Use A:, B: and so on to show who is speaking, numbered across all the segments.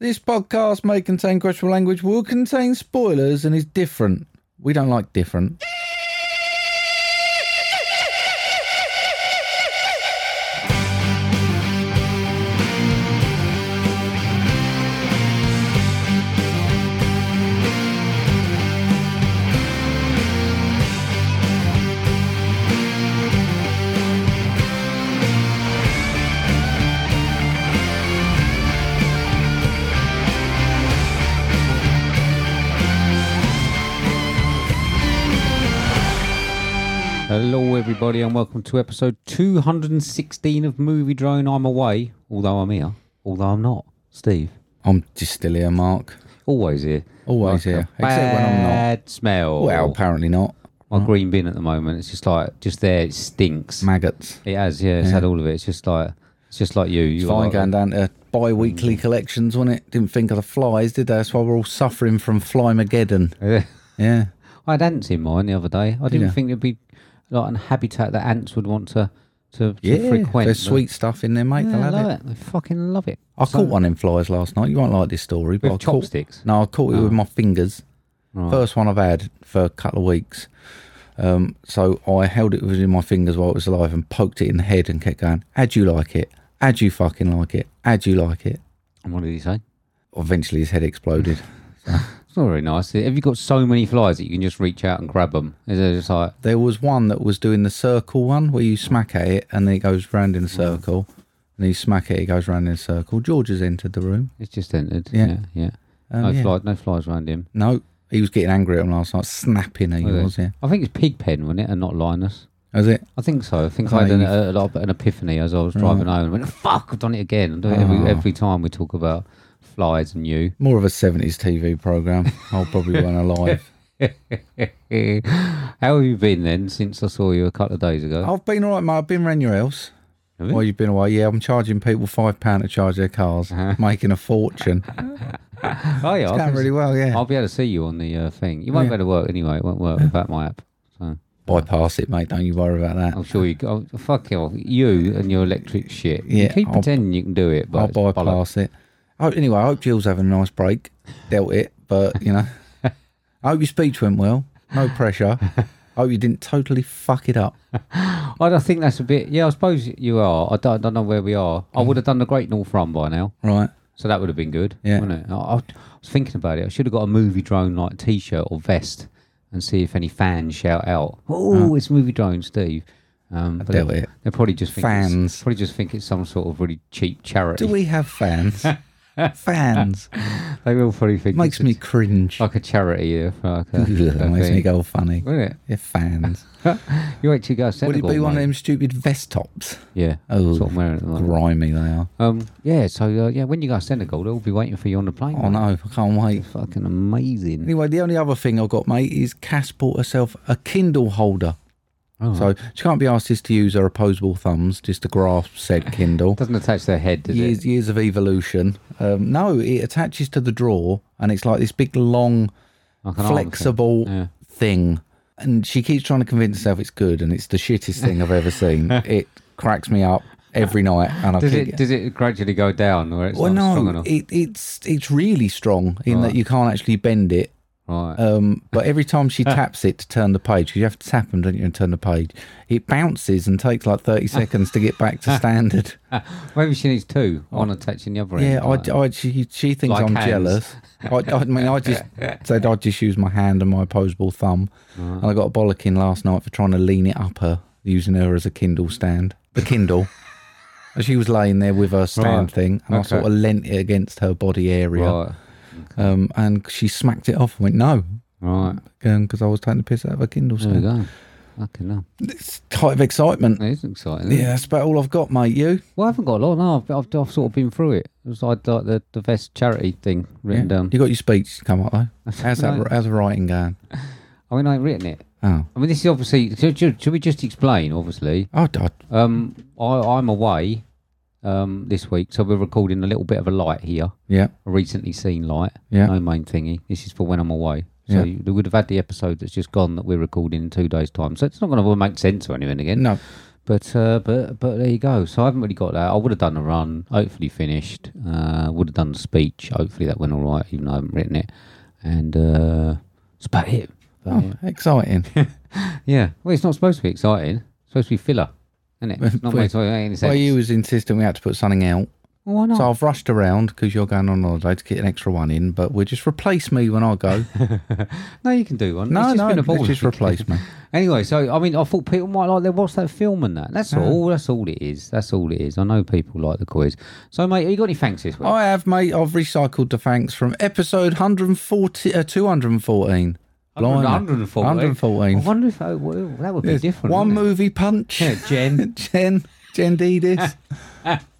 A: This podcast may contain questionable language, will contain spoilers, and is different. We don't like different.
B: Hello, everybody, and welcome to episode 216 of Movie Drone. I'm away, although I'm here, although I'm not. Steve,
A: I'm just still here, Mark.
B: always here.
A: Always
B: Like a
A: here, except when I'm not.
B: Bad smell.
A: Well, apparently not.
B: my green bin at the moment, it's just like, just there, it stinks.
A: Maggots.
B: It has, yeah, it's had all of it. It's just like, it's just like you. you
A: It's fine
B: like, Mm.
A: going down to bi-weekly collections, wasn't it? Didn't think of the flies, did they? That's why we're all suffering from Flymageddon.
B: Yeah.
A: Yeah.
B: I had ants in mine the other day. I didn't
A: ya?
B: think it'd be like an habitat that ants would want to, to, to
A: Yeah,
B: frequent.
A: there's sweet stuff in there, mate.
B: Yeah, I
A: They'll have
B: love
A: it.
B: it. I fucking love it.
A: I
B: So-
A: caught one in flies last night. You won't like this story, but
B: With
A: I caught,
B: chopsticks?
A: No, I caught it with my fingers. First one I've had for a couple of weeks. Um, so I held it within my fingers while it was alive and poked it in the head and kept going. How'd you like it? How'd you fucking like it? How'd you like it?
B: And what did he say?
A: Eventually, his head exploded.
B: It's not very nice. Have you got so many flies that you can just reach out and grab them? Is it just like
A: There was one that was doing the circle one where you smack at it and then it goes round in a circle. And you smack it, it goes round in a circle. George has entered the room.
B: it's just entered?
A: Yeah.
B: yeah. yeah.
A: Um,
B: no
A: yeah.
B: flies, no flies around him.
A: No, he was getting angry at him last night, snapping at him,
B: Was it?
A: was yeah.
B: I think it's Pigpen, wasn't it, and not Linus?
A: Was it?
B: I think so. I think
A: I
B: I had an,
A: think
B: a, a lot of- an epiphany as I was driving home. and went, "Fuck! I've done it again." I do it
A: Oh.
B: every, every time we talk about flies and you.
A: More of a 70s TV program. I'll probably weren't alive.
B: How have you been then since I saw you a couple of days ago?
A: I've been all right, mate. I've been round your house.
B: Have you?
A: While you've been away, yeah, I'm charging people five pound to charge their cars, making a fortune.
B: Oh, yeah, Uh-huh. I
A: Going
B: can-
A: really well, yeah.
B: I'll be able to see you on the uh, thing. You won't
A: Yeah.
B: be able to work anyway. It won't work without my app. So.
A: Bypass it, mate. Don't you worry about that.
B: I'm sure you. Oh, fuck you, you and your electric shit. you
A: Yeah,
B: keep
A: I'll-
B: pretending you can do it, but
A: I'll
B: it's bollocks.
A: bypass it. I hope, anyway, I hope Jill's having a nice break. Dealt it, but you know, I hope your speech went well. No pressure. I hope you didn't totally fuck it up.
B: I don't think that's a bit. Yeah, I suppose you are. I don't, don't know where we are. I would have done the Great North Run by now,
A: Right.
B: so that would have been good.
A: Yeah.
B: Wouldn't it? I, I was thinking about it. I should have got a movie drone like T-shirt or vest, and see if any fans shout out, "Oh, it's movie drone, Steve." Um, but
A: dealt
B: they-
A: it.
B: They probably just think it's-
A: Fans.
B: probably just think it's some sort of really cheap charity.
A: Do we have fans? fans.
B: they will probably think
A: Makes
B: it's a-
A: me cringe.
B: like a charity. Yeah, like a,
A: Makes me
B: thing.
A: go funny.
B: Wouldn't it?
A: Yeah, fans.
B: You actually go to
A: Would it
B: Senegal.
A: be one of
B: mate.
A: them stupid vest tops?
B: Yeah.
A: Oh,
B: that's what I'm wearing at the moment.
A: Grimy they are.
B: Um, yeah, so uh, yeah, when you go to Senegal, they'll be waiting for you on the plane.
A: Oh
B: mate.
A: no, I can't wait.
B: Fucking amazing.
A: Anyway, the only other thing I've got, mate, is Cass bought herself a Kindle holder.
B: Oh,
A: So she can't be asked just to use her opposable thumbs just to grasp said Kindle.
B: Doesn't attach their head, does
A: years,
B: it?
A: years of evolution. Um, no, it attaches to the drawer and it's like this big, long,
B: Like an arm thing.
A: flexible
B: Yeah.
A: thing. And she keeps trying to convince herself it's good and it's the shittest thing I've ever seen. it cracks me up every night. And I
B: Does
A: keep
B: it does it gradually go down or it's
A: well,
B: not strong
A: no,
B: enough?
A: it, it's it's really strong in that
B: Right.
A: you can't actually bend it.
B: right.
A: Um, but every time she taps it to turn the page, 'cause you have to tap them, don't you, and turn the page, it bounces and takes like 30 seconds to get back to standard.
B: Maybe she needs two, one attaching the other end.
A: oh. yeah, I, I-
B: like-
A: she, she thinks
B: Like
A: I'm
B: hands.
A: jealous. I, I mean, I just said I'd just use my hand and my opposable thumb. And I got a bollocking last night for trying to lean it up her, using her as a Kindle stand. The Kindle. And she was laying there with her stand
B: Right.
A: thing, and I
B: Okay.
A: sort of leant it against her body area.
B: Right.
A: Um, and she smacked it off and went, no,
B: Right.
A: because I was taking the piss out of a Kindle
B: There we
A: stand.
B: go. Fucking hell.
A: It's type of excitement.
B: That is exciting. isn't it?
A: Yeah, that's about all I've got, mate. You?
B: Well, I haven't got a lot. No, I've, I've, I've sort of been through it. It was like the, the, the vest charity thing written down.
A: You got your speech come up, though. How's that?
B: No.
A: How's the writing going?
B: I mean, I ain't written it.
A: Oh.
B: I mean, this is obviously. Should, should, should we just explain? Obviously,
A: Oh, God.
B: um, I, I'm away um, this week, so we're recording a little bit of a light here,
A: Yeah.
B: a recently seen light.
A: Yeah.
B: No main thingy. This is for when I'm away. So
A: Yeah.
B: you, we would have had the episode that's just gone that we're recording in two days' time. So it's not going to make sense or anything again.
A: No.
B: But uh, but but there you go. So I haven't really got that. I would have done the run, hopefully finished. Uh, would have done the speech. Hopefully that went all right, even though I haven't written it. And uh, that's about it. About
A: Oh, exciting.
B: it. Yeah. Well, it's not supposed to be exciting. It's supposed to be filler, isn't it? It's not
A: Well,
B: made to make any sense.
A: well, you was insisting we had to put something out.
B: Well, why not?
A: So I've rushed around because you're going on holiday to get an extra one in, but we'll just replace me when I go.
B: no, you can do one.
A: No,
B: it's just
A: no,
B: been a
A: let's
B: ball
A: just
B: ache.
A: replace me.
B: Anyway, so I mean, I thought people might like their what's that film and that. That's all. That's all it is. That's all it is. I know people like the quiz. So, mate, have you got any thanks this week?
A: I have, mate. I've recycled the thanks from episode 140, uh, 214. Blimey.
B: 114.
A: 114.
B: I wonder if oh, eh? well, that would be different.
A: One
B: wouldn't
A: movie punch.
B: it? Yeah, Jen.
A: Jen, Jen Dedis,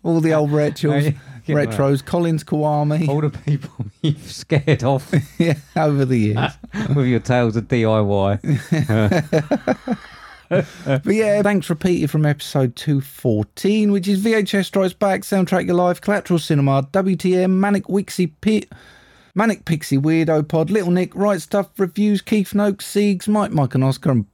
A: all the old retros,
B: Yeah, right. Oh.
A: retros, Collins Kiwami,
B: All the people you've scared off
A: yeah, over the years.
B: with your tales of DIY.
A: But yeah, thanks repeated from episode 214, which is VHS Strikes Back, Soundtrack Your Life, Collateral Cinema, WTM, Manic Wixie Pit. Manic Pixie Weirdo Pod, Little Nick, Right Stuff, Reviews, Keith Noakes, Siegs, Mike, Mike and Oscar, and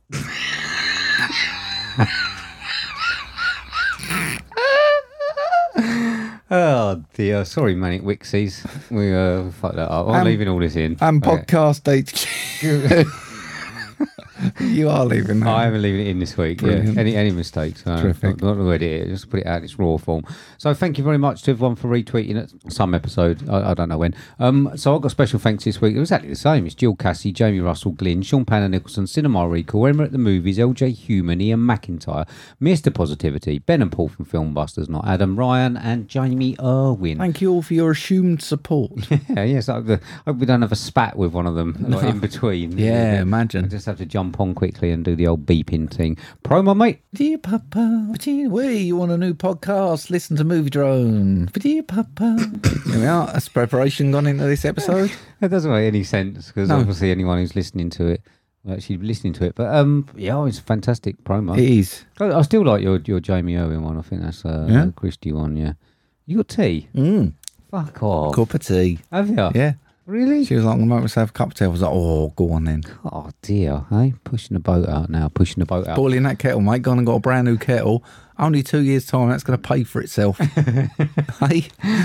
B: Oh dear, sorry, manic wixies. We uh, fucked that up. I'm
A: Um,
B: leaving all this in.
A: and
B: Okay.
A: Podcast HQ. you are leaving that.
B: I haven't leaving it in this week.
A: Mm-hmm. Brilliant.
B: Yeah. Any any mistakes? No,
A: Terrific.
B: Not, not to edit it. Just put it out in its raw form. So thank you very much to everyone for retweeting it. Some episode. I, I don't know when. Um. So I've got special thanks this week. It was exactly the same. It's Jill Cassie, Jamie Russell, Glynn, Sean Panner Nicholson, Cinema Recall, Emma at the Movies, LJ Human, Ian McIntyre, Mr. Positivity, Ben and Paul from Filmbusters, not Adam Ryan, and Jamie Irwin.
A: Thank you all for your assumed support.
B: Yeah, yes. I hope we don't have a spat with one of them like, in between.
A: Yeah,
B: I
A: imagine.
B: just have to jump on quickly and do the old beeping thing. Promo, mate.
A: Dear Papa, dear- we you want a new podcast? Listen to Movie Drone. Dear Papa. Here we are. That's preparation gone into this episode.
B: That doesn't make any sense because
A: No.
B: obviously anyone who's listening to it will actually be listening to it. But um, yeah, it's a fantastic promo.
A: it is.
B: I, I still like your your Jamie Owen one. I think that's uh,
A: Yeah?
B: Christie one. Yeah, you got tea?
A: Mm.
B: Fuck off.
A: Cup of tea.
B: Have you?
A: Yeah.
B: Really?
A: She was like, I'm going to have a cup of tea. I was like, oh, go on then.
B: Oh dear. Hey, pushing the boat out now. Pushing the boat out.
A: Boiling that kettle, mate. Gone and got a brand new kettle. Only two years' time, that's going to pay for itself. hey,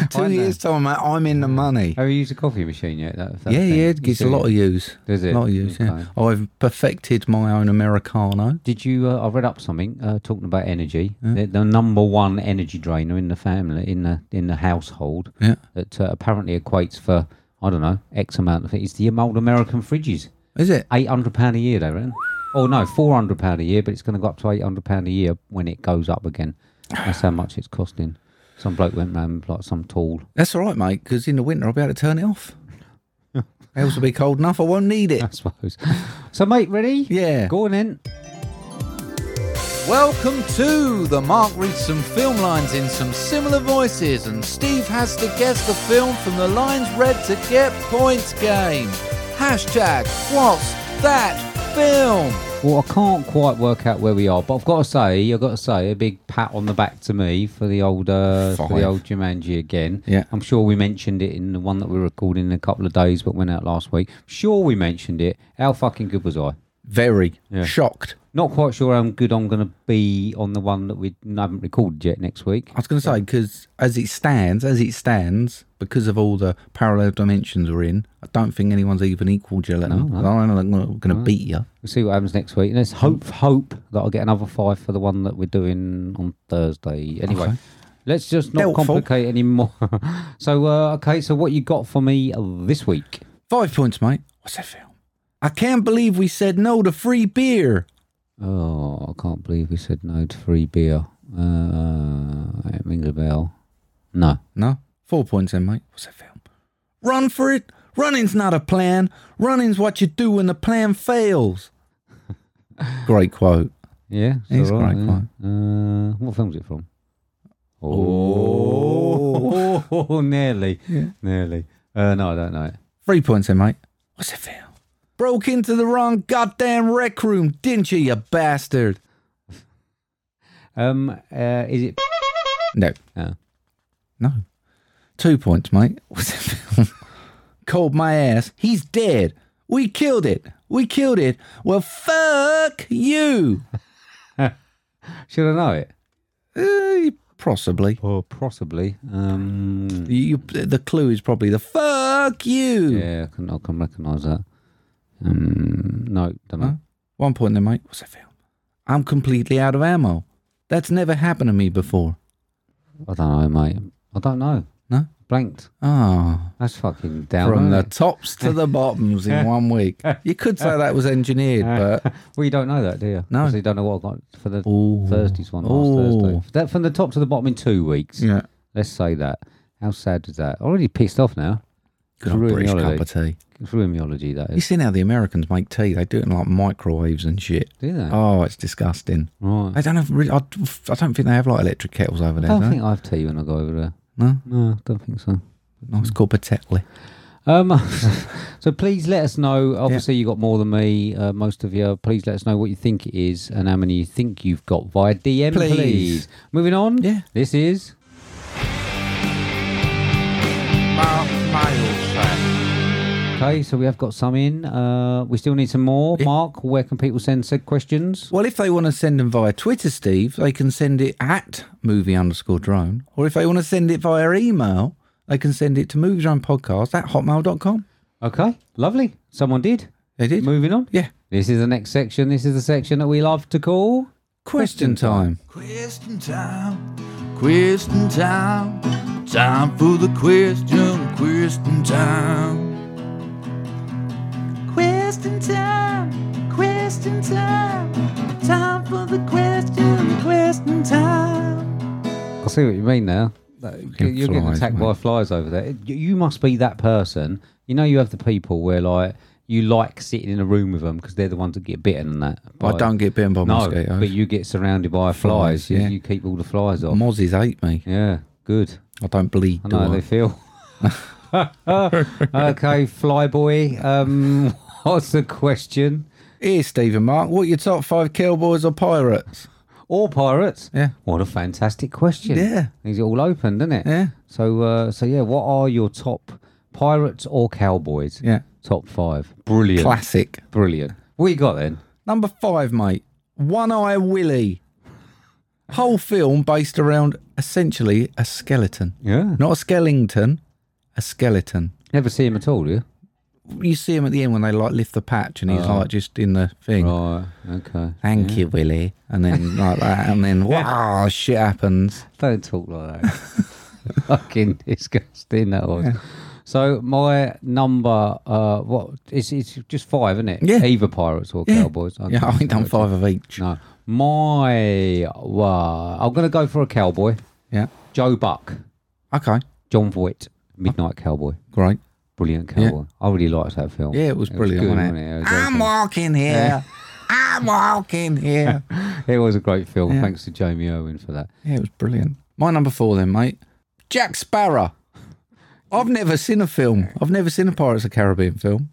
A: two
B: know.
A: years' time, mate. I'm in the money.
B: Have you used a coffee machine yet? That, that
A: Yeah,
B: thing?
A: yeah.
B: You
A: It gets a
B: do?
A: lot of use.
B: Does it?
A: A lot of use, yeah. I've perfected my own Americano.
B: Did you? Uh, I read up something uh, talking about energy. The, the number one energy drainer in the family, in the in the household,
A: Yeah.
B: that uh, apparently equates for I don't know X amount of it. It's the old American fridges,
A: Is it?
B: eight hundred pound a year, they reckon. Oh no, four hundred pound a year, but it's going to go up to eight hundred pound a year when it goes up again. That's how much it's costing. Some bloke went round with, like some tool.
A: That's all right, mate, because in the winter I'll be able to turn it off. Else will be cold enough. I won't need it.
B: I suppose. So, mate, ready?
A: Yeah.
B: Go on in.
A: Welcome to the Mark reads some film lines in some similar voices, and Steve has to guess the film from the lines read to get points game. Hashtag what's that film?
B: Well, I can't quite work out where we are, but I've got to say, I've got to say, a big pat on the back to me for the old, uh, for
A: Five.
B: the old Jumanji again.
A: Yeah.
B: I'm sure we mentioned it in the one that we are recording in a couple of days, but went out last week. Sure, we mentioned it. How fucking good was I?
A: Very
B: Yeah.
A: shocked.
B: Not quite sure how good I'm going to be on the one that we haven't recorded yet next week.
A: I was going to say because as it stands, as it stands, because of all the parallel dimensions we're in, I don't think anyone's even equalled you. No, no. I don't know they're going to beat you.
B: We'll see what happens next week. And let's hope, hope that I'll get another five for the one that we're doing on Thursday. Anyway, let's just not
A: Doubtful.
B: complicate any more. so, uh, okay, so what you got for me uh, this week?
A: Five points, mate. What's that film? I can't believe we said no to free beer.
B: Oh, I can't believe we said no to free beer. Uh, it rings a bell. No.
A: No, four points in, mate. What's that film? Run for it. Running's not a plan. Running's what you do when the plan fails. Great quote.
B: Yeah,
A: It's
B: all
A: great,
B: yeah. Uh, what film's it from?
A: Oh.
B: nearly, nearly. Uh, no, I don't know it.
A: Three points in, mate. What's that film? Broke into the wrong goddamn rec room, didn't you, you bastard?
B: Um, uh, is it?
A: No,
B: Oh.
A: no. Two points, mate. What's that film? Cold my ass. He's dead. We killed it. We killed it. Well, fuck you.
B: Should I know it?
A: Eh, possibly.
B: Or possibly. Um,
A: You, the clue is probably the fuck you.
B: yeah, I can, I can recognise that. Um, no, don't know.
A: Huh? One point there, mate. What's that film? I'm completely out of ammo. That's never happened to me before.
B: I don't know, mate. I don't know.
A: No?
B: Blanked.
A: Ah,
B: That's fucking down.
A: from the
B: isn't it?
A: tops to the bottoms in one week. You could say that was engineered, but
B: Well, you don't know that, do you?
A: No.
B: 'Cause you don't know what I got for the
A: Ooh.
B: Thursday's one last
A: Ooh. Mm.
B: Thursday. That from the top to the bottom in two weeks.
A: yeah,
B: Let's say that. How sad is that? Already pissed off now.
A: good old
B: Ruined
A: British
B: the
A: cup
B: holiday.
A: of tea.
B: It's rumiology, that
A: You
B: is.
A: seen how the Americans make tea? They do it in like microwaves and shit.
B: Do they?
A: Oh, it's disgusting.
B: right.
A: They don't have. Really, I, I don't think they have like electric kettles over
B: I
A: there.
B: don't
A: do they?
B: think I have tea when I go over there.
A: No,
B: No, don't think so.
A: nice cup of tetley.
B: Um, so please let us know. Obviously, you got more than me, uh, most of you. Please let us know what you think it is and how many you think you've got via DM, please.
A: Please.
B: Moving on.
A: Yeah.
B: This is. Okay, so we have got some in. Uh, we still need some more.
A: Yeah.
B: Mark, where can people send said questions?
A: Well, if they want to send them via Twitter, Steve, they can send it at movie underscore drone. Or if they want to send it via email, they can send it to movie drone podcast at hotmail.com.
B: Okay, lovely. Someone did.
A: They did.
B: Moving on.
A: yeah.
B: This is the next section. This is the section that we love to call.
A: Question time.
C: Question time, question time, time for the question, question time. Question time, question time, time for the question, question time.
B: I see what you mean now. You're, you're getting
A: flies,
B: attacked
A: mate.
B: by flies over there. You, you must be that person. You know, you have the people where like you like sitting in a room with them because they're the ones that get bitten and that.
A: I
B: by-
A: don't get bitten by
B: No,
A: mosquitoes.
B: but you get surrounded by flies.
A: Flies,
B: you,
A: yeah.
B: you keep all the flies off.
A: Mozzies hate me.
B: yeah, good.
A: I don't bleed.
B: I
A: do
B: know how
A: I?
B: they feel. okay, flyboy. Um, what's the question?
A: Here, Stephen Mark, what are your top five cowboys or pirates?
B: Or pirates?
A: Yeah.
B: What a fantastic question.
A: Yeah.
B: It's all open, isn't it?
A: Yeah.
B: So, uh, so yeah, what are your top pirates or cowboys?
A: Yeah.
B: Top five. Brilliant.
A: Classic.
B: Brilliant. What you got then?
A: Number five, mate. One Eye Willie. Whole film based around essentially a skeleton.
B: Yeah.
A: Not a skellington, a skeleton.
B: Never see him at all, do you?
A: You see him at the end when they like lift the patch and he's
B: Oh.
A: like just in the thing.
B: Right. Okay.
A: Thank you, Willie. And then like that. And then, wow, shit happens.
B: Don't talk like that. Fucking disgusting that was. So my number, uh, what it's it's just five, isn't it?
A: Yeah.
B: Either pirates or
A: Yeah.
B: cowboys. Okay.
A: Yeah, I ain't done five of each.
B: No, my well, I'm gonna go for a cowboy.
A: Yeah.
B: Joe Buck,
A: Okay.
B: John Voight, Midnight Cowboy,
A: Great.
B: brilliant cowboy. I really liked that film.
A: Yeah, it was brilliant,
B: good,
A: wasn't it?
B: It was,
A: I'm
B: excellent.
A: walking here. I'm walking here.
B: It was a great film.
A: Yeah.
B: Thanks to Jamie Owen for that.
A: Yeah, it was brilliant. My number four, then, mate. Jack Sparrow. I've never seen a film. I've never seen a Pirates of the Caribbean film.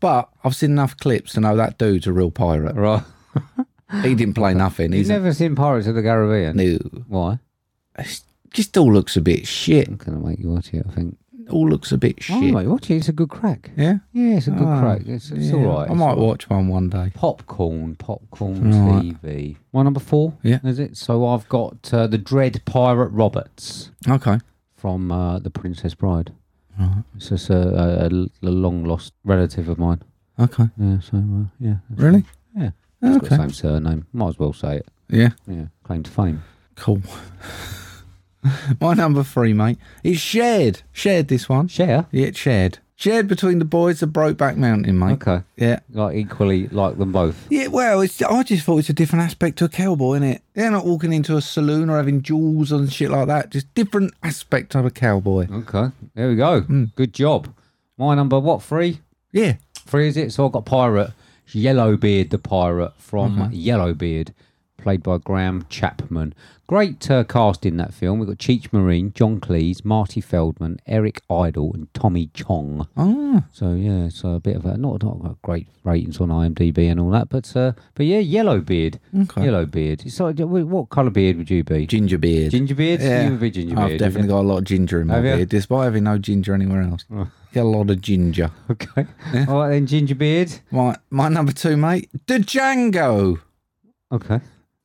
A: But I've seen enough clips to know that dude's a real pirate.
B: Right,
A: He didn't play nothing.
B: you've
A: He's
B: never seen Pirates of the Caribbean?
A: no.
B: Why?
A: It's- Just all looks a bit shit.
B: I'm gonna make you watch it. I think.
A: All looks a bit
B: Oh,
A: shit.
B: mate, watch it. It's a good crack.
A: yeah.
B: Yeah, it's a good
A: Ah,
B: crack. It's, it's
A: Yeah.
B: all right.
A: I
B: It's
A: might
B: all right.
A: watch one one day.
B: popcorn, popcorn
A: Right.
B: TV. My number four.
A: Yeah.
B: is it? So I've got uh, the Dread Pirate Roberts
A: Okay.
B: from uh, the Princess Bride. It's just a, a, a long lost relative of mine.
A: Okay.
B: Yeah. So uh, yeah. that's-
A: Really?
B: Yeah. It's got the
A: Okay.
B: same surname. Might as well say it.
A: Yeah.
B: Yeah. Claim to fame.
A: Cool. My number three, mate. It's shared. Shared this one.
B: Share.
A: Yeah, it's shared. Shared between the boys of Brokeback Mountain, mate.
B: Okay.
A: Yeah.
B: Like equally like them both.
A: Yeah, well, it's, I just thought it's a different aspect to a cowboy, innit? They're not walking into a saloon or having jewels and shit like that. Just different aspect of a cowboy.
B: Okay. There we go. Good job. My number what three?
A: Yeah.
B: Three is it? So I've got Pirate, Yellowbeard the Pirate from Yellowbeard, played by Graham Chapman. Great uh, cast in that film. We've got Cheech Marine, John Cleese, Marty Feldman, Eric Idle, and Tommy Chong.
A: Oh,
B: So yeah, so a bit of a not not got great ratings on IMDb and all that, but uh, but yeah, Yellowbeard,
A: Okay.
B: Yellowbeard. It's like wh- what colour beard would you be?
A: ginger beard.
B: Ginger beard?
A: Yeah.
B: You would be ginger
A: I've
B: beard.
A: definitely got a lot of ginger in my
B: Have Oh. you?
A: beard, despite having no ginger anywhere else. Get a lot of ginger.
B: Okay. All right then, ginger beard.
A: My my number two, mate, the Django.
B: Okay.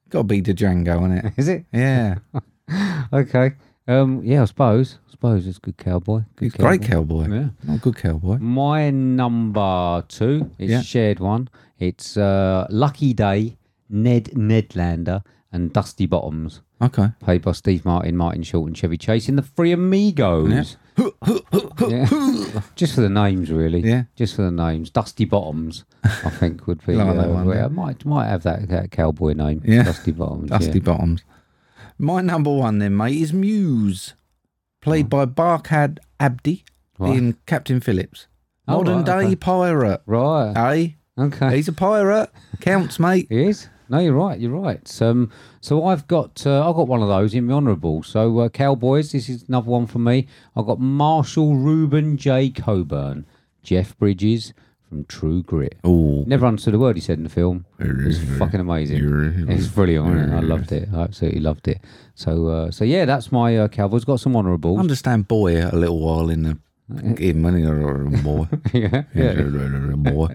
A: Got to be the Django, isn't it?
B: Is it?
A: Yeah,
B: Okay. Um, yeah, I suppose. I suppose it's good cowboy. Good
A: he's a great cowboy.
B: Yeah.
A: Not a good cowboy.
B: My number two, it's
A: Yeah.
B: a shared one. It's uh, Lucky Day, Ned Nedlander, and Dusty Bottoms,
A: Okay.
B: played by Steve Martin, Martin Short, and Chevy Chase in the Three Amigos. Yeah. Just for the names, really.
A: Yeah.
B: Just for the names. Dusty Bottoms, I think, would be.
A: Like that
B: uh,
A: one,
B: where-
A: yeah.
B: I might might have that, that cowboy name.
A: Yeah.
B: Dusty Bottoms. yeah.
A: Dusty Bottoms. My number one then, mate, is Muse, played by Barkhad Abdi
B: Oh. Right.
A: in Captain Phillips.
B: Oh,
A: Modern
B: right,
A: day
B: okay.
A: pirate.
B: Right.
A: Hey,
B: okay.
A: he's a pirate. Counts, mate.
B: It is. No, you're right. You're right. So, Um, so I've got uh, I've got one of those in the honourable. So uh, Cowboys. This is another one for me. I've got Marshall Reuben J Coburn, Jeff Bridges from True Grit.
A: Oh,
B: Never understood a word he said in the film. It was fucking amazing. It's brilliant. Wasn't it? I loved it. I absolutely loved it. So uh, so yeah, that's my uh, Cowboys. Got some honourables.
A: understand boy a little while in the in when you're a boy.
B: yeah. yeah.
A: boy.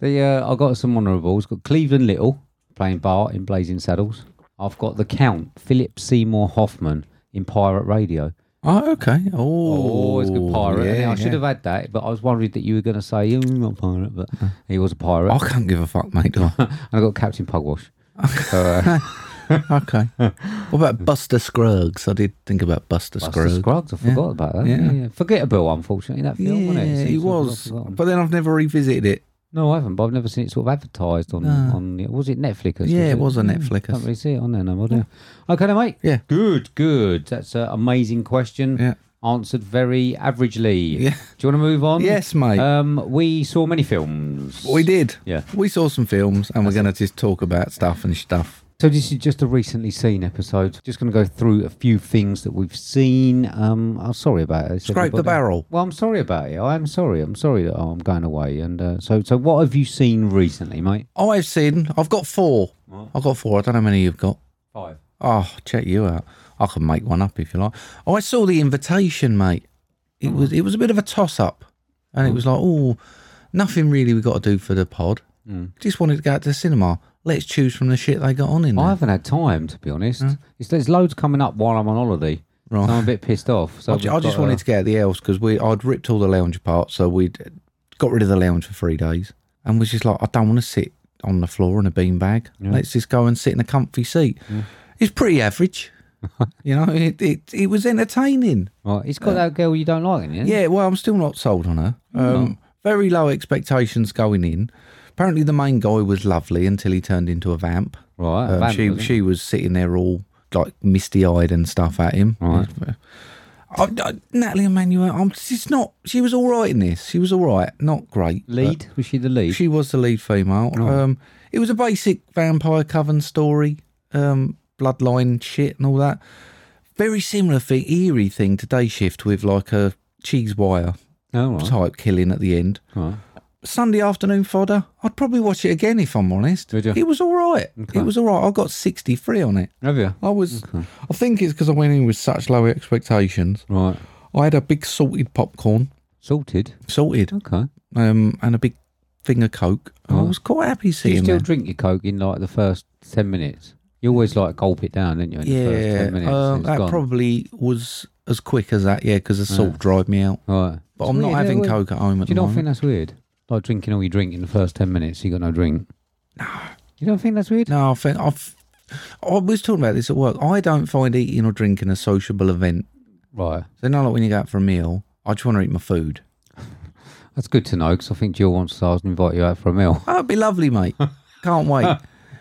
B: The uh, I've got some honourables. Got Cleveland Little playing Bart in Blazing Saddles. I've got the Count Philip Seymour Hoffman in Pirate Radio.
A: Oh, okay. Oh,
B: Always good pirate. And
A: yeah,
B: I should have had that, but I was worried that you were going to say "Oh, you're not a pirate, but he was a pirate.
A: yeah. I can't give a fuck, mate. do I?
B: And I got Captain Pugwash.
A: okay. What about Buster Scruggs? I did think about Buster,
B: Buster
A: Scruggs.
B: Scruggs. I forgot about that. Yeah.
A: Yeah.
B: yeah. Forgettable, unfortunately, that film,
A: yeah,
B: wasn't it? It seems
A: he
B: to have got
A: was.
B: forgotten.
A: But then I've never revisited it.
B: No, I haven't. But I've never seen it sort of advertised on on. the- Was it Netflix? Or
A: Yeah, it
B: something?
A: was on
B: Yeah,
A: Netflix.
B: Can't really see it on there no more. do I? Okay, then, mate.
A: Yeah.
B: Good, good. That's an amazing question.
A: Yeah.
B: Answered very averagely.
A: Yeah.
B: Do you want to move on?
A: Yes, mate.
B: Um, we saw many films.
A: We did.
B: Yeah.
A: We saw some films and we're going to just talk about stuff and stuff.
B: So this is just a recently seen episode. Just going to go through a few things that we've seen. Um, I'm sorry about it.
A: Scrape the
B: everybody.
A: barrel.
B: Well, I'm sorry about it. I'm sorry. I'm sorry that I'm going away. And uh, so, so what have you seen recently, mate?
A: I've seen, I've got four. I've got four. I don't know how many you've got.
B: Five.
A: Oh, check you out. I can make one up if you like. Oh, I saw the invitation, mate. It was it was a bit of a toss up, and it was like, oh, nothing really we got to do for the pod. Just wanted to go out to the cinema. Let's choose from the shit they got on in there.
B: I haven't had time to be honest. It's, there's loads coming up while I'm on holiday.
A: Right.
B: So I'm a bit pissed off. So uh,
A: I, ju- I just wanted to get out the else because we I'd ripped all the lounge apart, so we'd got rid of the lounge for three days, and was just like, I don't want to sit on the floor in a beanbag. Let's just go and sit in a comfy seat. It's pretty average, you know. It, it it was entertaining.
B: Right. It's got that girl you don't like in it.
A: Yeah, well, I'm still not sold on her. Um, Very low expectations going in. Apparently, the main guy was lovely until he turned into a vamp.
B: Right.
A: Um,
B: Van-
A: she she was sitting there all like misty eyed and stuff at him.
B: Right.
A: I, I, Natalie Emmanuel, I'm, she's not. She was all right in this. She was all right, not great. but
B: lead. Was she the lead?
A: uh, She was the lead female. Um, it was a basic vampire coven story, um, bloodline shit and all that. Very similar thing, eerie thing to Day Shift with like a cheese wire
B: oh, right.
A: type killing at the end.
B: right.
A: Sunday afternoon fodder. I'd probably watch it again if I'm honest.
B: Would you?
A: It was all right.
B: Okay.
A: It was all right. I got 63 on it.
B: Have you?
A: I was. I think it's because I went in with such low expectations.
B: Right.
A: I had a big salted popcorn,
B: Salted.
A: salted,
B: Okay.
A: um, and a big thing of coke. I was quite happy
B: Do Oh. you
A: seeing
B: still
A: that.
B: drink your coke in like the first ten minutes? You always like gulp it down, didn't you? In the first
A: Yeah,
B: ten minutes.
A: uh,
B: and it's
A: that
B: gone.
A: probably was as quick as that. Yeah, because the salt dried me out.
B: Right.
A: But
B: It's
A: I'm not
B: weird, yeah,
A: having
B: weird.
A: coke at home at
B: Do you
A: the
B: not
A: moment.
B: think that's weird? Like drinking all you drink in the first ten minutes, you got no drink. You don't think that's weird?
A: No, I think I've. I was talking about this at work. I don't find eating or drinking a sociable event.
B: Right.
A: So now, like when you go out for a meal, I just want to eat my food.
B: That's good to know because I think Jill wants to ask and invite you out for a meal.
A: Oh, it'd be lovely, mate. Can't wait.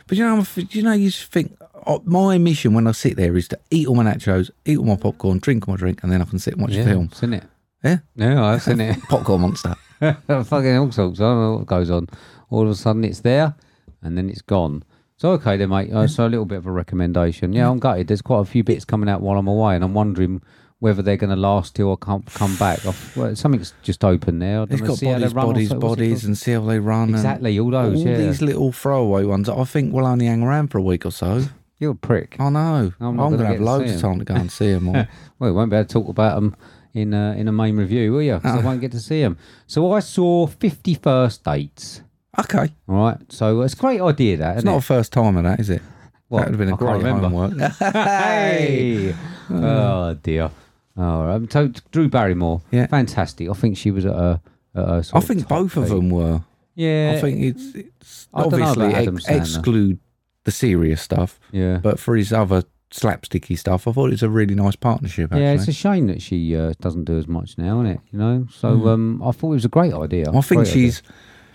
A: but you know, I'm f- you know, you just think oh, my mission when I sit there is to eat all my nachos, eat all my popcorn, drink all my drink, and then I can sit and watch a film.
B: I've seen it.
A: Yeah,
B: Yeah, I've seen it.
A: popcorn monster.
B: Fucking all sorts. I don't know what goes on. All of a sudden, it's there, and then it's gone. So okay, then, mate. Uh, so a little bit of a recommendation. Yeah, I'm gutted. There's quite a few bits coming out while I'm away, and I'm wondering whether they're going to last till I come come back. I've, well, something's just open there. I don't
A: It's
B: know,
A: got
B: see how they
A: bodies,
B: run or
A: bodies,
B: so- what's it
A: bodies,
B: called?
A: and see how they run. and
B: Exactly, all those.
A: all
B: yeah,
A: these little throwaway ones that I think will only hang around for a week or so.
B: you're a prick.
A: I know.
B: I'm
A: I'm,
B: not
A: going to
B: gonna get
A: have
B: to
A: loads of
B: see 'em.
A: time to go and see them all.
B: Well, we won't be able to talk about them in a, in a main review, will you? 'Cause I
A: Ah.
B: won't get to see them. So I saw Fifty First Dates.
A: okay.
B: All right. So it's a great idea that.
A: It's
B: isn't
A: not a
B: it?
A: first time of that, is it?
B: What?
A: that would have been a
B: I can't
A: great
B: remember.
A: homework.
B: Hey! oh dear. All right. So Drew Barrymore.
A: Yeah.
B: Fantastic. I think she was at a. At a
A: I
B: sort of
A: think
B: top
A: both of
B: peak.
A: them were.
B: Yeah.
A: I think it's, it's
B: I don't know about
A: obviously
B: Adam
A: ex-
B: Sandler.
A: exclude the serious stuff,
B: Yeah.
A: but for his other slapsticky stuff, I thought it's a really nice partnership. Actually,
B: yeah, it's a shame that she uh, doesn't do as much now, isn't it? You know, so um, I thought it was a great idea.
A: Hmm. I think
B: Great idea. Mm.
A: she's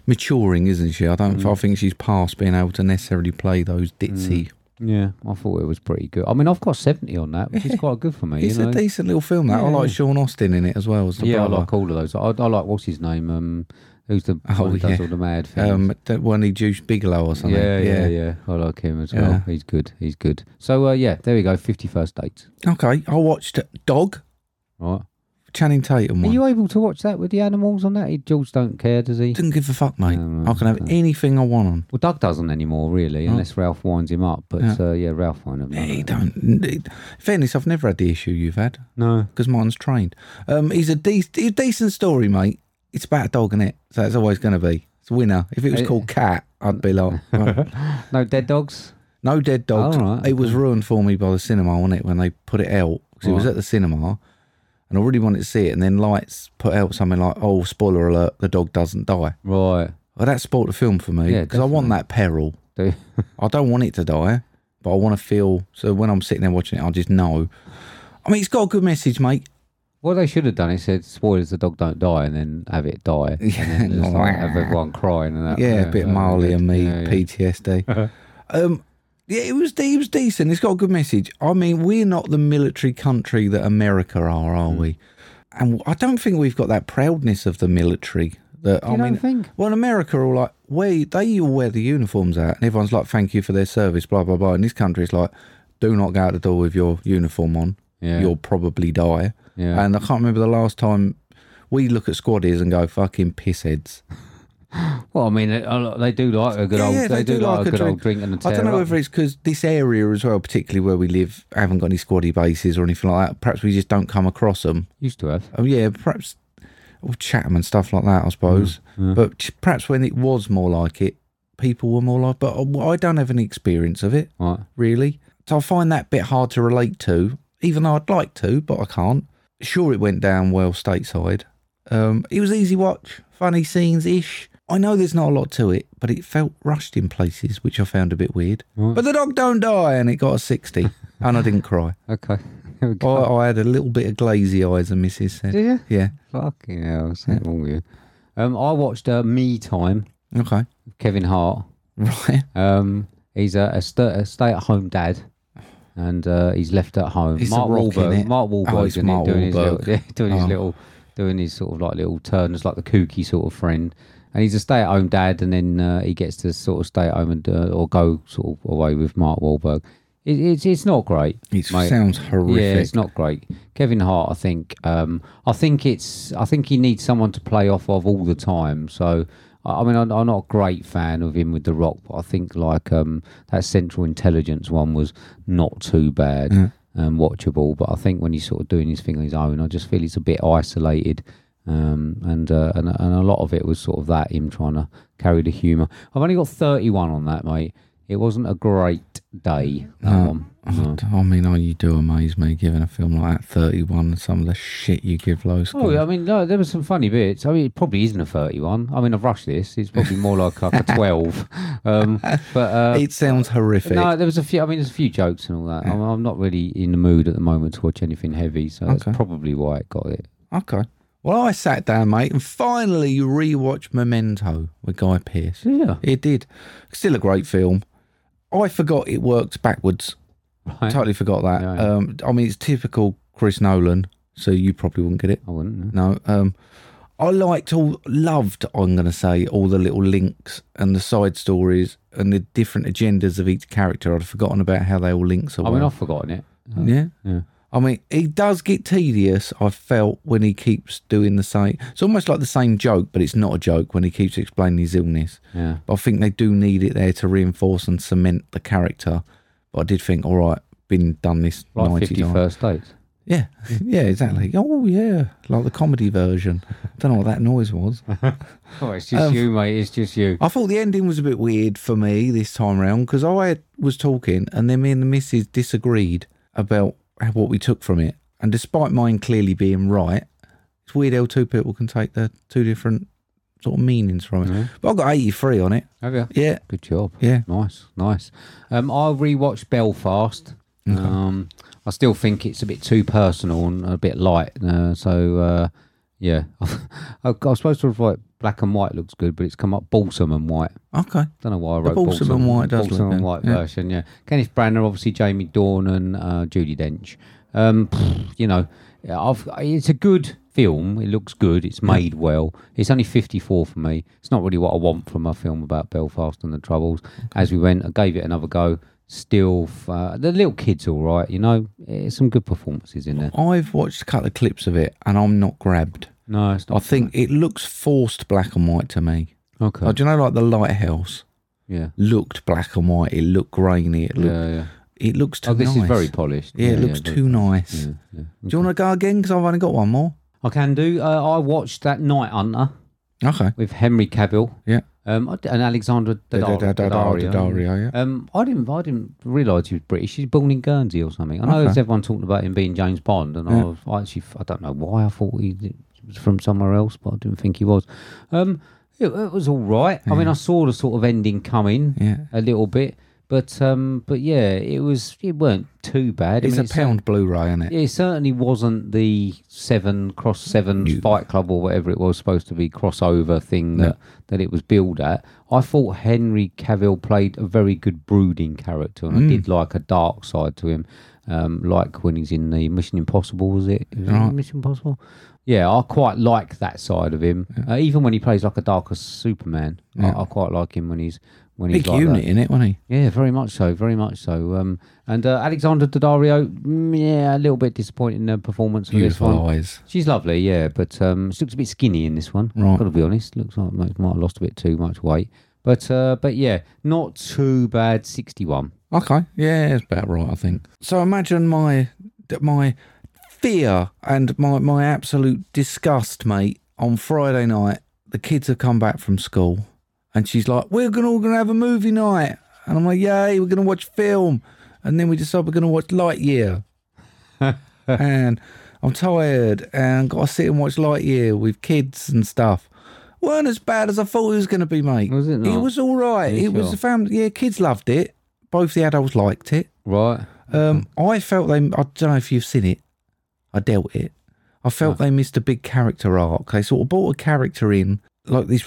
A: maturing, isn't she? I don't. I think she's past being able to necessarily play those ditzy.
B: Yeah, I thought it was pretty good. I mean, I've got seventy on that, which is quite good for me.
A: It's
B: you know?
A: a decent little film. That I
B: Yeah.
A: like Sean Austin in it as well as the
B: yeah,
A: brother.
B: I like all of those. I, I like what's his name? Um, who's the
A: Oh,
B: one who does
A: yeah.
B: all the mad things?
A: Um, that one he Juice Bigelow or something.
B: yeah, yeah, yeah, I like him as well.
A: Yeah.
B: He's good. He's good. So uh, yeah, there we go. Fifty first dates.
A: Okay, I watched Dog,
B: Right?
A: Channing Tatum.
B: Are
A: One.
B: you able to watch that with the animals on that? He, George don't care, does he?
A: Didn't give a fuck, mate.
B: Yeah, right,
A: I can have
B: okay.
A: anything I want on.
B: Well, Doug doesn't anymore, really,
A: Oh.
B: unless Ralph winds him up. But
A: Yeah.
B: yeah, uh, yeah Ralph winds him up.
A: He don't. In fairness, I've never had the issue you've had
B: No.
A: because mine's trained. Um, he's a de- he's a decent story, mate. It's about a dog, is it? So it's always going to be. It's a winner. If it was
B: Eh.
A: called Cat, I'd be like, "Right."
B: No dead dogs.
A: no dead dogs.
B: All right,
A: It was ruined for me by the cinema, wasn't it? When they put it out, 'Cause it was
B: Right.
A: at the cinema, and I really wanted to see it. And then lights put out something like, "Oh, spoiler alert: the dog doesn't die."
B: Right.
A: Well, that spoiled the film for me
B: Yeah,
A: because I want that peril.
B: Do-
A: I don't want it to die, but I want to feel. So when I'm sitting there watching it, I just know. I mean, it's got a good message, mate.
B: What they should have done is said, spoilers, the dog don't die, and then have it die.
A: Yeah,
B: And just like, have everyone crying and that.
A: yeah, a bit
B: that would be
A: Marley
B: good.
A: and me,
B: Yeah, Uh-huh. yeah.
A: PTSD. um, yeah, it was de- it was decent. It's got a good message. I mean, we're not the military country that America are,
B: Mm.
A: are we? And I don't think we've got that proudness of the military. That I
B: You don't
A: mean,
B: think?
A: well, in America, are all like we they all wear the uniforms out, and everyone's like, "Thank you for their service," blah blah blah. In this country, it's like, "Do not go out the door with your uniform on.
B: Yeah.
A: You'll probably die."
B: Yeah.
A: And I can't remember the last time we look at squaddies and go, "Fucking pissheads."
B: Well, I mean, they, uh, they do like a good
A: Yeah,
B: old.
A: yeah,
B: they, do, like, a good
A: drink.
B: old drink and a tear
A: I don't know
B: up.
A: whether it's because this area as well, particularly where we live, haven't got any squaddy bases or anything like that. Perhaps we just don't come across them.
B: Used to have.
A: Oh yeah, perhaps or Chatham and stuff like that, I suppose.
B: Mm,
A: But ch- perhaps when it was more like it, people were more like. But uh, I- I don't have any experience of it
B: Right.
A: really, so I find that bit hard to relate to. Even though I'd like to, but I can't. Sure, it went down well stateside. Um, it was easy watch, funny scenes ish. I know there's not a lot to it, but it felt rushed in places, which I found a bit weird. But the dog don't die, and it got a sixty, and I didn't cry.
B: Okay. There we
A: I,
B: go.
A: I had a little bit of glazy eyes, and Mrs. said,
B: Did you?
A: "Yeah,
B: Fucking hell. What's that wrong with you? Um, I watched uh, Me Time.
A: okay,
B: Kevin Hart.
A: right."
B: Um, he's a, a, st- a stay-at-home dad, and uh, he's left at home.
A: It's
B: Mark
A: The Rock,
B: Wahlberg.
A: innit?
B: Mark Wahlberg
A: Oh, it's Mark
B: doing his little,
A: Wahlberg.
B: yeah, doing his
A: Oh.
B: little, doing his sort of like little turns, like the kooky sort of friend. And he's a stay-at-home dad, and then uh, he gets to sort of stay at home and uh, or go sort of away with Mark Wahlberg. It, it's it's not great.
A: It
B: mate.
A: sounds horrific.
B: Yeah, it's not great. Kevin Hart, I think, um, I think it's, I think he needs someone to play off of all the time. So, I I mean, I'm, I'm not a great fan of him with The Rock, but I think like um, that Central Intelligence one was not too bad and watchable. But I think when he's sort of doing his thing on his own, I just feel he's a bit isolated. Um, and, uh, and and a lot of it was sort of that him trying to carry the humour. I've only got 31 on that, mate. It wasn't a great day. That one. No.
A: I mean, oh, you do amaze me giving a film like that 31 some of the shit you give low
B: Oh,
A: score.
B: I mean, no, there were some funny bits. I mean, it probably isn't a 31. I mean, I've rushed this. It's probably more like, like a 12. Um, but uh,
A: It sounds horrific.
B: no, there was a few. I mean, there's a few jokes and all that. I'm, I'm not really in the mood at the moment to watch anything heavy, so
A: Okay.
B: that's probably why it got it.
A: Okay. Well, I sat down, mate, and finally rewatched Memento with Guy Pearce.
B: Yeah,
A: It did. Still a great film. I forgot it worked backwards.
B: right.
A: Totally forgot that.
B: Yeah.
A: Um, I mean, it's typical Chris Nolan, so you probably wouldn't get it.
B: I wouldn't.
A: No. Um, I liked all, loved, I'm going to say, all the little links and the side stories and the different agendas of each character. I'd forgotten about how they all link so
B: I
A: Oh, well.
B: mean, I've forgotten it.
A: yeah.
B: Yeah.
A: I mean, he does get tedious, I felt, when he keeps doing the same. It's almost like the same joke, but it's not a joke when he keeps explaining his illness.
B: Yeah.
A: But I think they do need it there to reinforce and cement the character. But I did think, all right, been done this
B: Like
A: 90
B: 50
A: times.
B: first dates.
A: Yeah, yeah, exactly. Oh, yeah, like the comedy version. Don't know what that noise was.
B: Oh, it's just
A: Um,
B: you, mate. It's just you.
A: I thought the ending was a bit weird for me this time round because I was talking and then me and the missus disagreed about what we took from it. And despite mine clearly being right, it's weird how two people can take the two different sort of meanings from it.
B: Mm-hmm.
A: But I got 83 on it.
B: Have you?
A: Yeah,
B: Good job.
A: yeah.
B: Nice, nice. Um, I rewatched Belfast. Um, I still think it's a bit too personal and a bit light. Uh, so uh, yeah, I, I was supposed to write black and white looks good, but it's come up balsam and white.
A: Okay.
B: Don't know why I
A: The
B: wrote
A: balsam and white does
B: balsam
A: look
B: and
A: good,
B: white
A: yeah.
B: version. Yeah, Kenneth Branagh, obviously Jamie Dorn and uh, Judy Dench. Um, pff, you know, I've, it's a good film. It looks good. It's made well. It's only fifty four for me. It's not really what I want from a film about Belfast and the Troubles. As we went, I gave it another go. Still, f- uh, the little kids all right. You know, it's some good performances in there.
A: I've watched a couple of clips of it and I'm not grabbed.
B: No, it's not
A: I think it looks forced black and white to me.
B: okay.
A: Oh, do you know, like the lighthouse
B: yeah,
A: looked black and white. It looked grainy. It looked.
B: yeah, yeah.
A: It looks too
B: Oh, this
A: nice.
B: is very polished.
A: Yeah, it looks
B: very
A: too nice.
B: polished. Yeah, yeah.
A: Do you want to go again? Because I've only got one more.
B: I can do. Uh, I watched that Night Hunter
A: Okay.
B: with Henry Cavill.
A: Yeah.
B: Um, I d- and Alexandra Daddario.
A: Dario, yeah.
B: Um, I didn't. I didn't realise he was British. He's born in Guernsey or something. I know
A: Okay.
B: there's everyone talking about him being James Bond, and
A: Yeah.
B: I, was, I actually I don't know why I thought he d- was from somewhere else, but I didn't think he was. Um, it, it was all right. I mean, I saw the sort of ending coming
A: Yeah.
B: a little bit, but um, but yeah, it was. It weren't too bad. I
A: It's
B: mean,
A: a pound Blu-ray, isn't it?
B: yeah, it certainly wasn't the seven cross seven fight club or whatever it was supposed to be crossover thing that, that it was billed at. I thought Henry Cavill played a very good brooding character,
A: Mm.
B: and I did like a dark side to him, um, like when he's in the Mission Impossible. Was it, was it
A: Right.
B: Mission Impossible? Yeah, I quite like that side of him. Uh, even when he plays like a darker Superman, I, I quite like him when he's when he's
A: Big
B: like that.
A: unit in it, wasn't he?
B: Yeah, very much so, very much so. Um, and uh, Alexander Daddario, mm, yeah, a little bit disappointing uh, performance for this one.
A: Beautiful eyes.
B: She's lovely, yeah, but um, she looks a bit skinny in this one.
A: Right.
B: Got to be honest, looks like might, might have lost a bit too much weight. But uh, but yeah, not too bad. Sixty-one.
A: Okay. Yeah, it's about right, I think. So imagine my that my fear and my, my absolute disgust, mate, on Friday night. The kids have come back from school and she's like, We're gonna all gonna have a movie night and I'm like, Yay, we're gonna watch film and then we decide we're gonna watch Lightyear. and I'm tired and gotta sit and watch Lightyear with kids and stuff. Weren't as bad as I thought it was gonna be, mate.
B: Was it not?
A: was all right.
B: you
A: It was
B: sure?
A: a family. Yeah, kids loved it. Both the adults liked it.
B: Right.
A: Um,
B: Mm-hmm.
A: I felt they. I don't know if you've seen it. I doubt it. I felt they missed a big character arc. They sort of brought a character in, like this.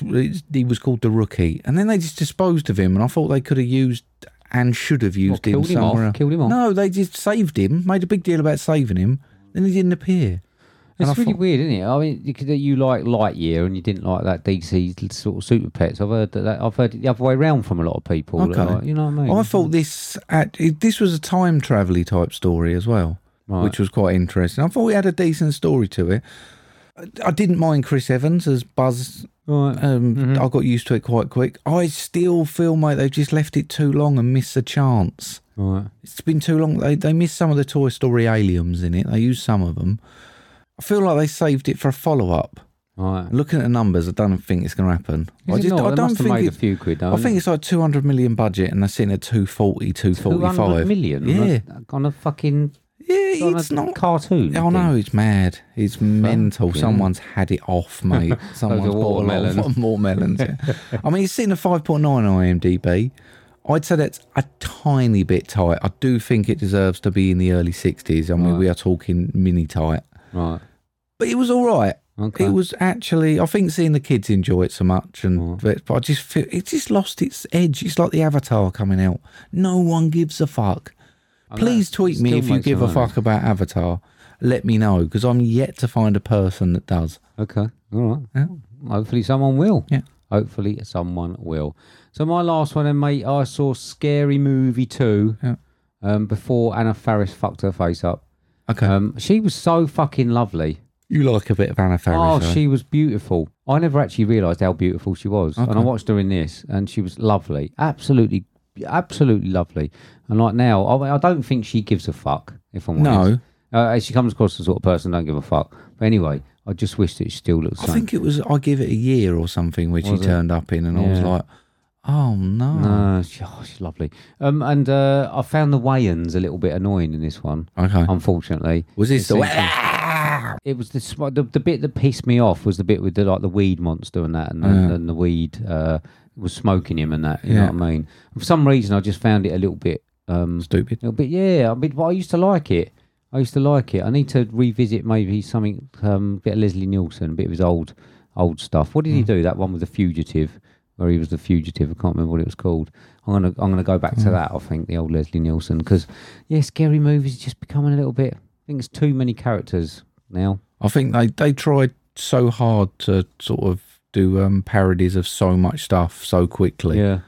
A: He was called the rookie, and then they just disposed of him. And I thought they could have used and should have used him
B: killed him off?
A: somewhere. else.
B: Killed him off?
A: No, they just saved him. Made a big deal about saving him. Then he didn't appear. And
B: It's
A: I
B: really
A: thought-
B: weird, isn't it? I mean, you, could- you like Lightyear and you didn't like that DC sort of super pets. I've heard that, that I've heard it the other way around from a lot of people.
A: Okay.
B: Like, you know what I mean?
A: I thought this at, it- this was a time travel type story as well,
B: Right.
A: which was quite interesting. I thought it had a decent story to it. I- I didn't mind Chris Evans as Buzz.
B: Right.
A: Um,
B: Mm-hmm.
A: I got used to it quite quick. I still feel, mate, they've just left it too long and missed a chance.
B: right.
A: It's been too long. They they missed some of the Toy Story aliens in it. They used some of them. I feel like they saved it for a follow up.
B: Right.
A: Looking at the numbers, I don't think it's going to happen.
B: Is
A: I
B: it
A: just,
B: not?
A: I
B: They
A: don't
B: must have
A: think
B: made a
A: it-
B: few quid. Though,
A: I think it's like 200 million budget and they're sitting at 240, 245.
B: 200 million
A: Yeah.
B: on a, on a fucking on
A: Yeah,
B: a
A: it's not.
B: cartoon.
A: Oh no, it's mad. It's mental.
B: yeah.
A: Someone's had it off, mate. Someone's bought a lot
B: watermelons.
A: of watermelons. yeah. I mean, it's sitting at 5.9 on IMDb. I'd say that's a tiny bit tight. I do think it deserves to be in the early 60s. I mean,
B: Right.
A: we are talking mini tight.
B: Right.
A: But it was all right.
B: Okay.
A: It was actually, I think seeing the kids enjoy it so much, and
B: Mm.
A: but, but I just feel it just lost its edge. It's like the Avatar coming out. No one gives a fuck. Please tweet me
B: still
A: if you
B: makes
A: give
B: no
A: a fuck about Avatar. Let me know because I'm yet to find a person that does.
B: Okay. All right.
A: Yeah.
B: Hopefully someone will.
A: Yeah.
B: Hopefully someone will. So my last one, then, mate. I saw Scary Movie Two.
A: Yeah.
B: Um, before Anna Faris fucked her face up.
A: Okay,
B: Um, she was so fucking lovely.
A: Uh, you like a bit of Anna Faris?
B: Oh,
A: though.
B: she was beautiful. I never actually realised how beautiful she was, and I watched her in this, and she was lovely, absolutely, absolutely lovely. And like now, I, I don't think she gives a fuck. If I'm
A: No.
B: honest. Uh, she comes across the sort of person don't give a fuck. But anyway, I just wish that she still looked.
A: I
B: the same.
A: think it was I give it a year or something when she
B: Was it?
A: turned up in, and I was
B: Yeah.
A: like, oh no.
B: No, she, oh, she's lovely. Um, and uh, I found the Wayans a little bit annoying in this one,
A: Okay.
B: unfortunately.
A: was this
B: Um, It
A: the
B: seems to- It was the, sm- the the bit that pissed me off was the bit with the like the weed monster and that, and, the, and the weed uh, was smoking him and that. You
A: Yeah.
B: know what I mean? For some reason, I just found it a little bit um,
A: stupid?
B: little bit, yeah. I mean, but I used to like it. I used to like it. I need to revisit maybe something, um, bit of Leslie Nielsen, a bit of his old, old stuff. What did he do? That one with the fugitive, where he was the fugitive. I can't remember what it was called. I'm gonna, I'm gonna go back to that. I think the old Leslie Nielsen, because yeah, scary movies are just becoming a little bit. I think it's too many characters now.
A: I think they they tried so hard to sort of do um, parodies of so much stuff so quickly.
B: Yeah,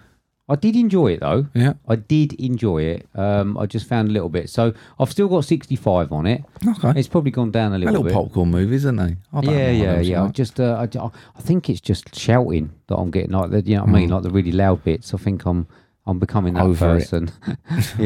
B: I did enjoy it though.
A: Yeah.
B: I did enjoy it. Um, I just found a little bit. So I've still got 65 on it.
A: Okay.
B: It's probably gone down a
A: They're
B: little,
A: little
B: bit.
A: popcorn movies, aren't they? I don't
B: yeah,
A: know
B: yeah,
A: those,
B: yeah. I
A: right?
B: just, uh, I, I I think it's just shouting that I'm getting like the, you know what I mean, like the really loud bits. I think I'm, I'm becoming that
A: Mm. Over it.
B: person.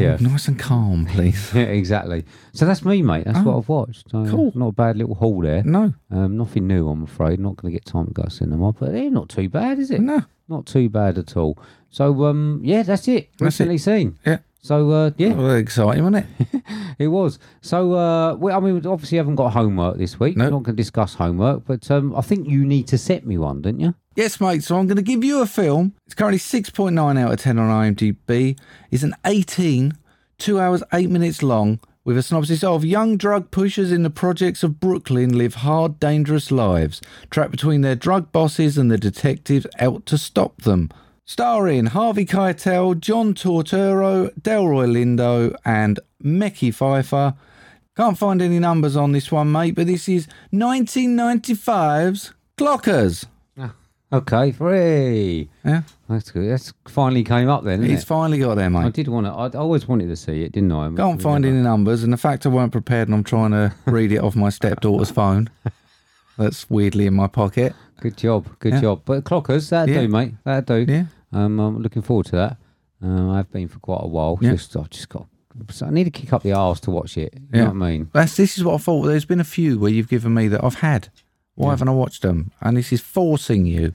B: yeah.
A: Nice and calm, please.
B: yeah, exactly. So that's me, mate. That's what I've watched. So
A: Oh, cool.
B: Not a bad little haul there.
A: no,
B: Um, nothing new, I'm afraid. Not going to get time to go to cinema, but eh, not too bad, is it?
A: no.
B: Not too bad at all. So, um, yeah, that's it.
A: That's it.
B: Recently seen.
A: Yeah.
B: So, uh, yeah,
A: Well, exciting, wasn't it?
B: it was. So, uh, we, I mean, we obviously haven't got homework this week.
A: No.
B: We're not going to discuss homework, but um, I think you need to set me one, don't you?
A: Yes, mate. So I'm going to give you a film. It's currently 6.9 out of 10 on IMDb. It's an 18, two hours, eight minutes long, with a synopsis of young drug pushers in the projects of Brooklyn live hard, dangerous lives, trapped between their drug bosses and the detectives out to stop them. Starring Harvey Keitel, John Torturo, Delroy Lindo, and Mekki Pfeiffer. Can't find any numbers on this one, mate, but this is 1995's Clockers.
B: Okay, three.
A: Yeah.
B: That's good. That's finally came up then. Isn't
A: He's
B: it?
A: finally got there,
B: I
A: mate.
B: did want to. I always wanted to see it, didn't I?
A: Can't find any numbers, and the fact I weren't prepared and I'm trying to read it off my stepdaughter's phone that's weirdly in my pocket.
B: Good job. Good
A: Yeah.
B: job. But clockers, that
A: Yeah.
B: do, mate. That do.
A: Yeah.
B: Um, I'm looking forward to that. Um, I've been for quite a while.
A: Yeah.
B: Just, I just got. so I need to kick up the arse to watch it. You
A: Yeah.
B: know what I mean?
A: That's this is what I thought. There's been a few where you've given me that I've had. Why haven't I watched them? And this is forcing you.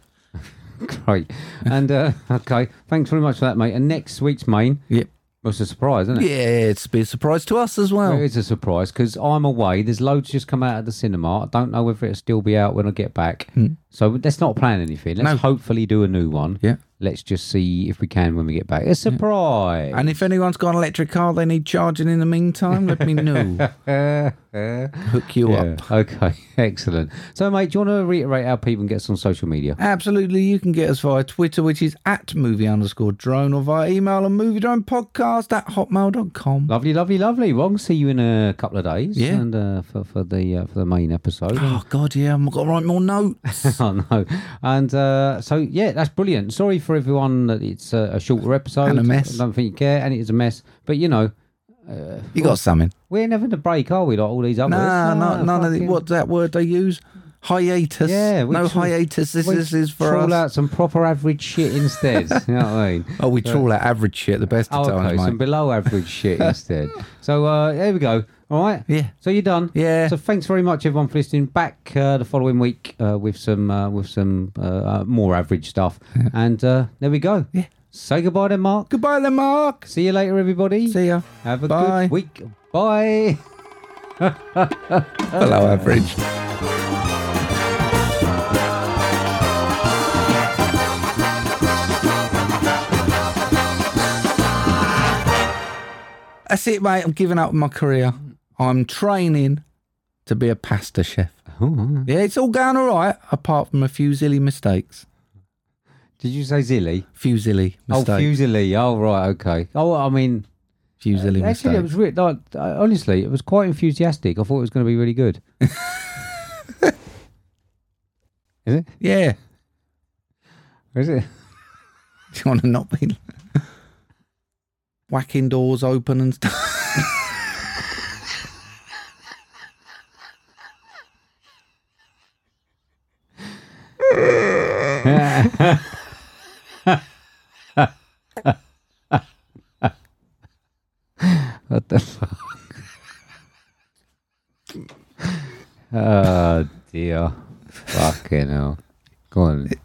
B: Great. And uh, okay, thanks very much for that, mate. And next week's main
A: Yep.
B: was a surprise, isn't it?
A: Yeah, it's be a surprise to us as well.
B: It is a surprise because I'm away. There's loads just come out of the cinema. I don't know whether it'll still be out when I get back. So let's not plan anything. Let's
A: Hmm. No.
B: hopefully do a new one.
A: Yeah.
B: Let's just see if we can when we get back. A surprise.
A: And if anyone's got an electric car they need charging in the meantime, let me know. Hook you
B: Yeah.
A: up.
B: Okay. Excellent. So, mate, do you want to reiterate how people can get us on social media?
A: Absolutely. You can get us via Twitter, which is at movie underscore drone, or via email and movie drone podcast at hotmail.com.
B: Lovely, lovely, lovely. Well, I'll see you in a couple of days.
A: Yeah.
B: And uh, for, for the uh, for the main episode.
A: Oh God, yeah, I've got to write more notes.
B: I know. Oh, And uh, so, yeah, that's brilliant. Sorry for everyone that it's a, a shorter episode.
A: And a mess.
B: I don't think you care, and it is a mess. But, you know, uh,
A: you got something?
B: we're never in a break, are we? Like all these others.
A: Nah, no, none of the,
B: Ah, fucking-
A: what's that word they use? Hiatus.
B: Yeah, we
A: no
B: tra-
A: hiatus. This,
B: we
A: is is for
B: trawl
A: us.
B: out some proper average shit instead. you know what I mean?
A: Oh, we trawl out average shit the best of
B: Oh, okay,
A: times, mate.
B: some below average shit instead. So uh, there we go. All right.
A: Yeah.
B: So you're done.
A: Yeah.
B: So thanks very much everyone for listening. Back uh, the following week uh, with some uh, with some uh, uh, more average stuff. And uh, there we go.
A: Yeah.
B: Say goodbye then, Mark.
A: Goodbye, then, Mark.
B: See you later, everybody.
A: See ya.
B: Have a
A: Bye.
B: good week. Bye.
A: Below average. That's it, mate. I'm giving up my career. I'm training to be a pasta chef.
B: Mm-hmm.
A: Yeah, it's all going all right, apart from a few silly mistakes.
B: Did you say Zilly?
A: Few silly mistakes.
B: Oh, Fusilly. Oh, right. Okay. Oh, I mean,
A: few silly
B: actually, it
A: mistakes.
B: was re- like, uh, honestly, it was quite enthusiastic. I thought it was going to be really good. Is it?
A: Yeah.
B: Is it?
A: Do you want to not be whacking doors open and stuff?
B: What the fuck? Oh dear. Fucking hell. Go on.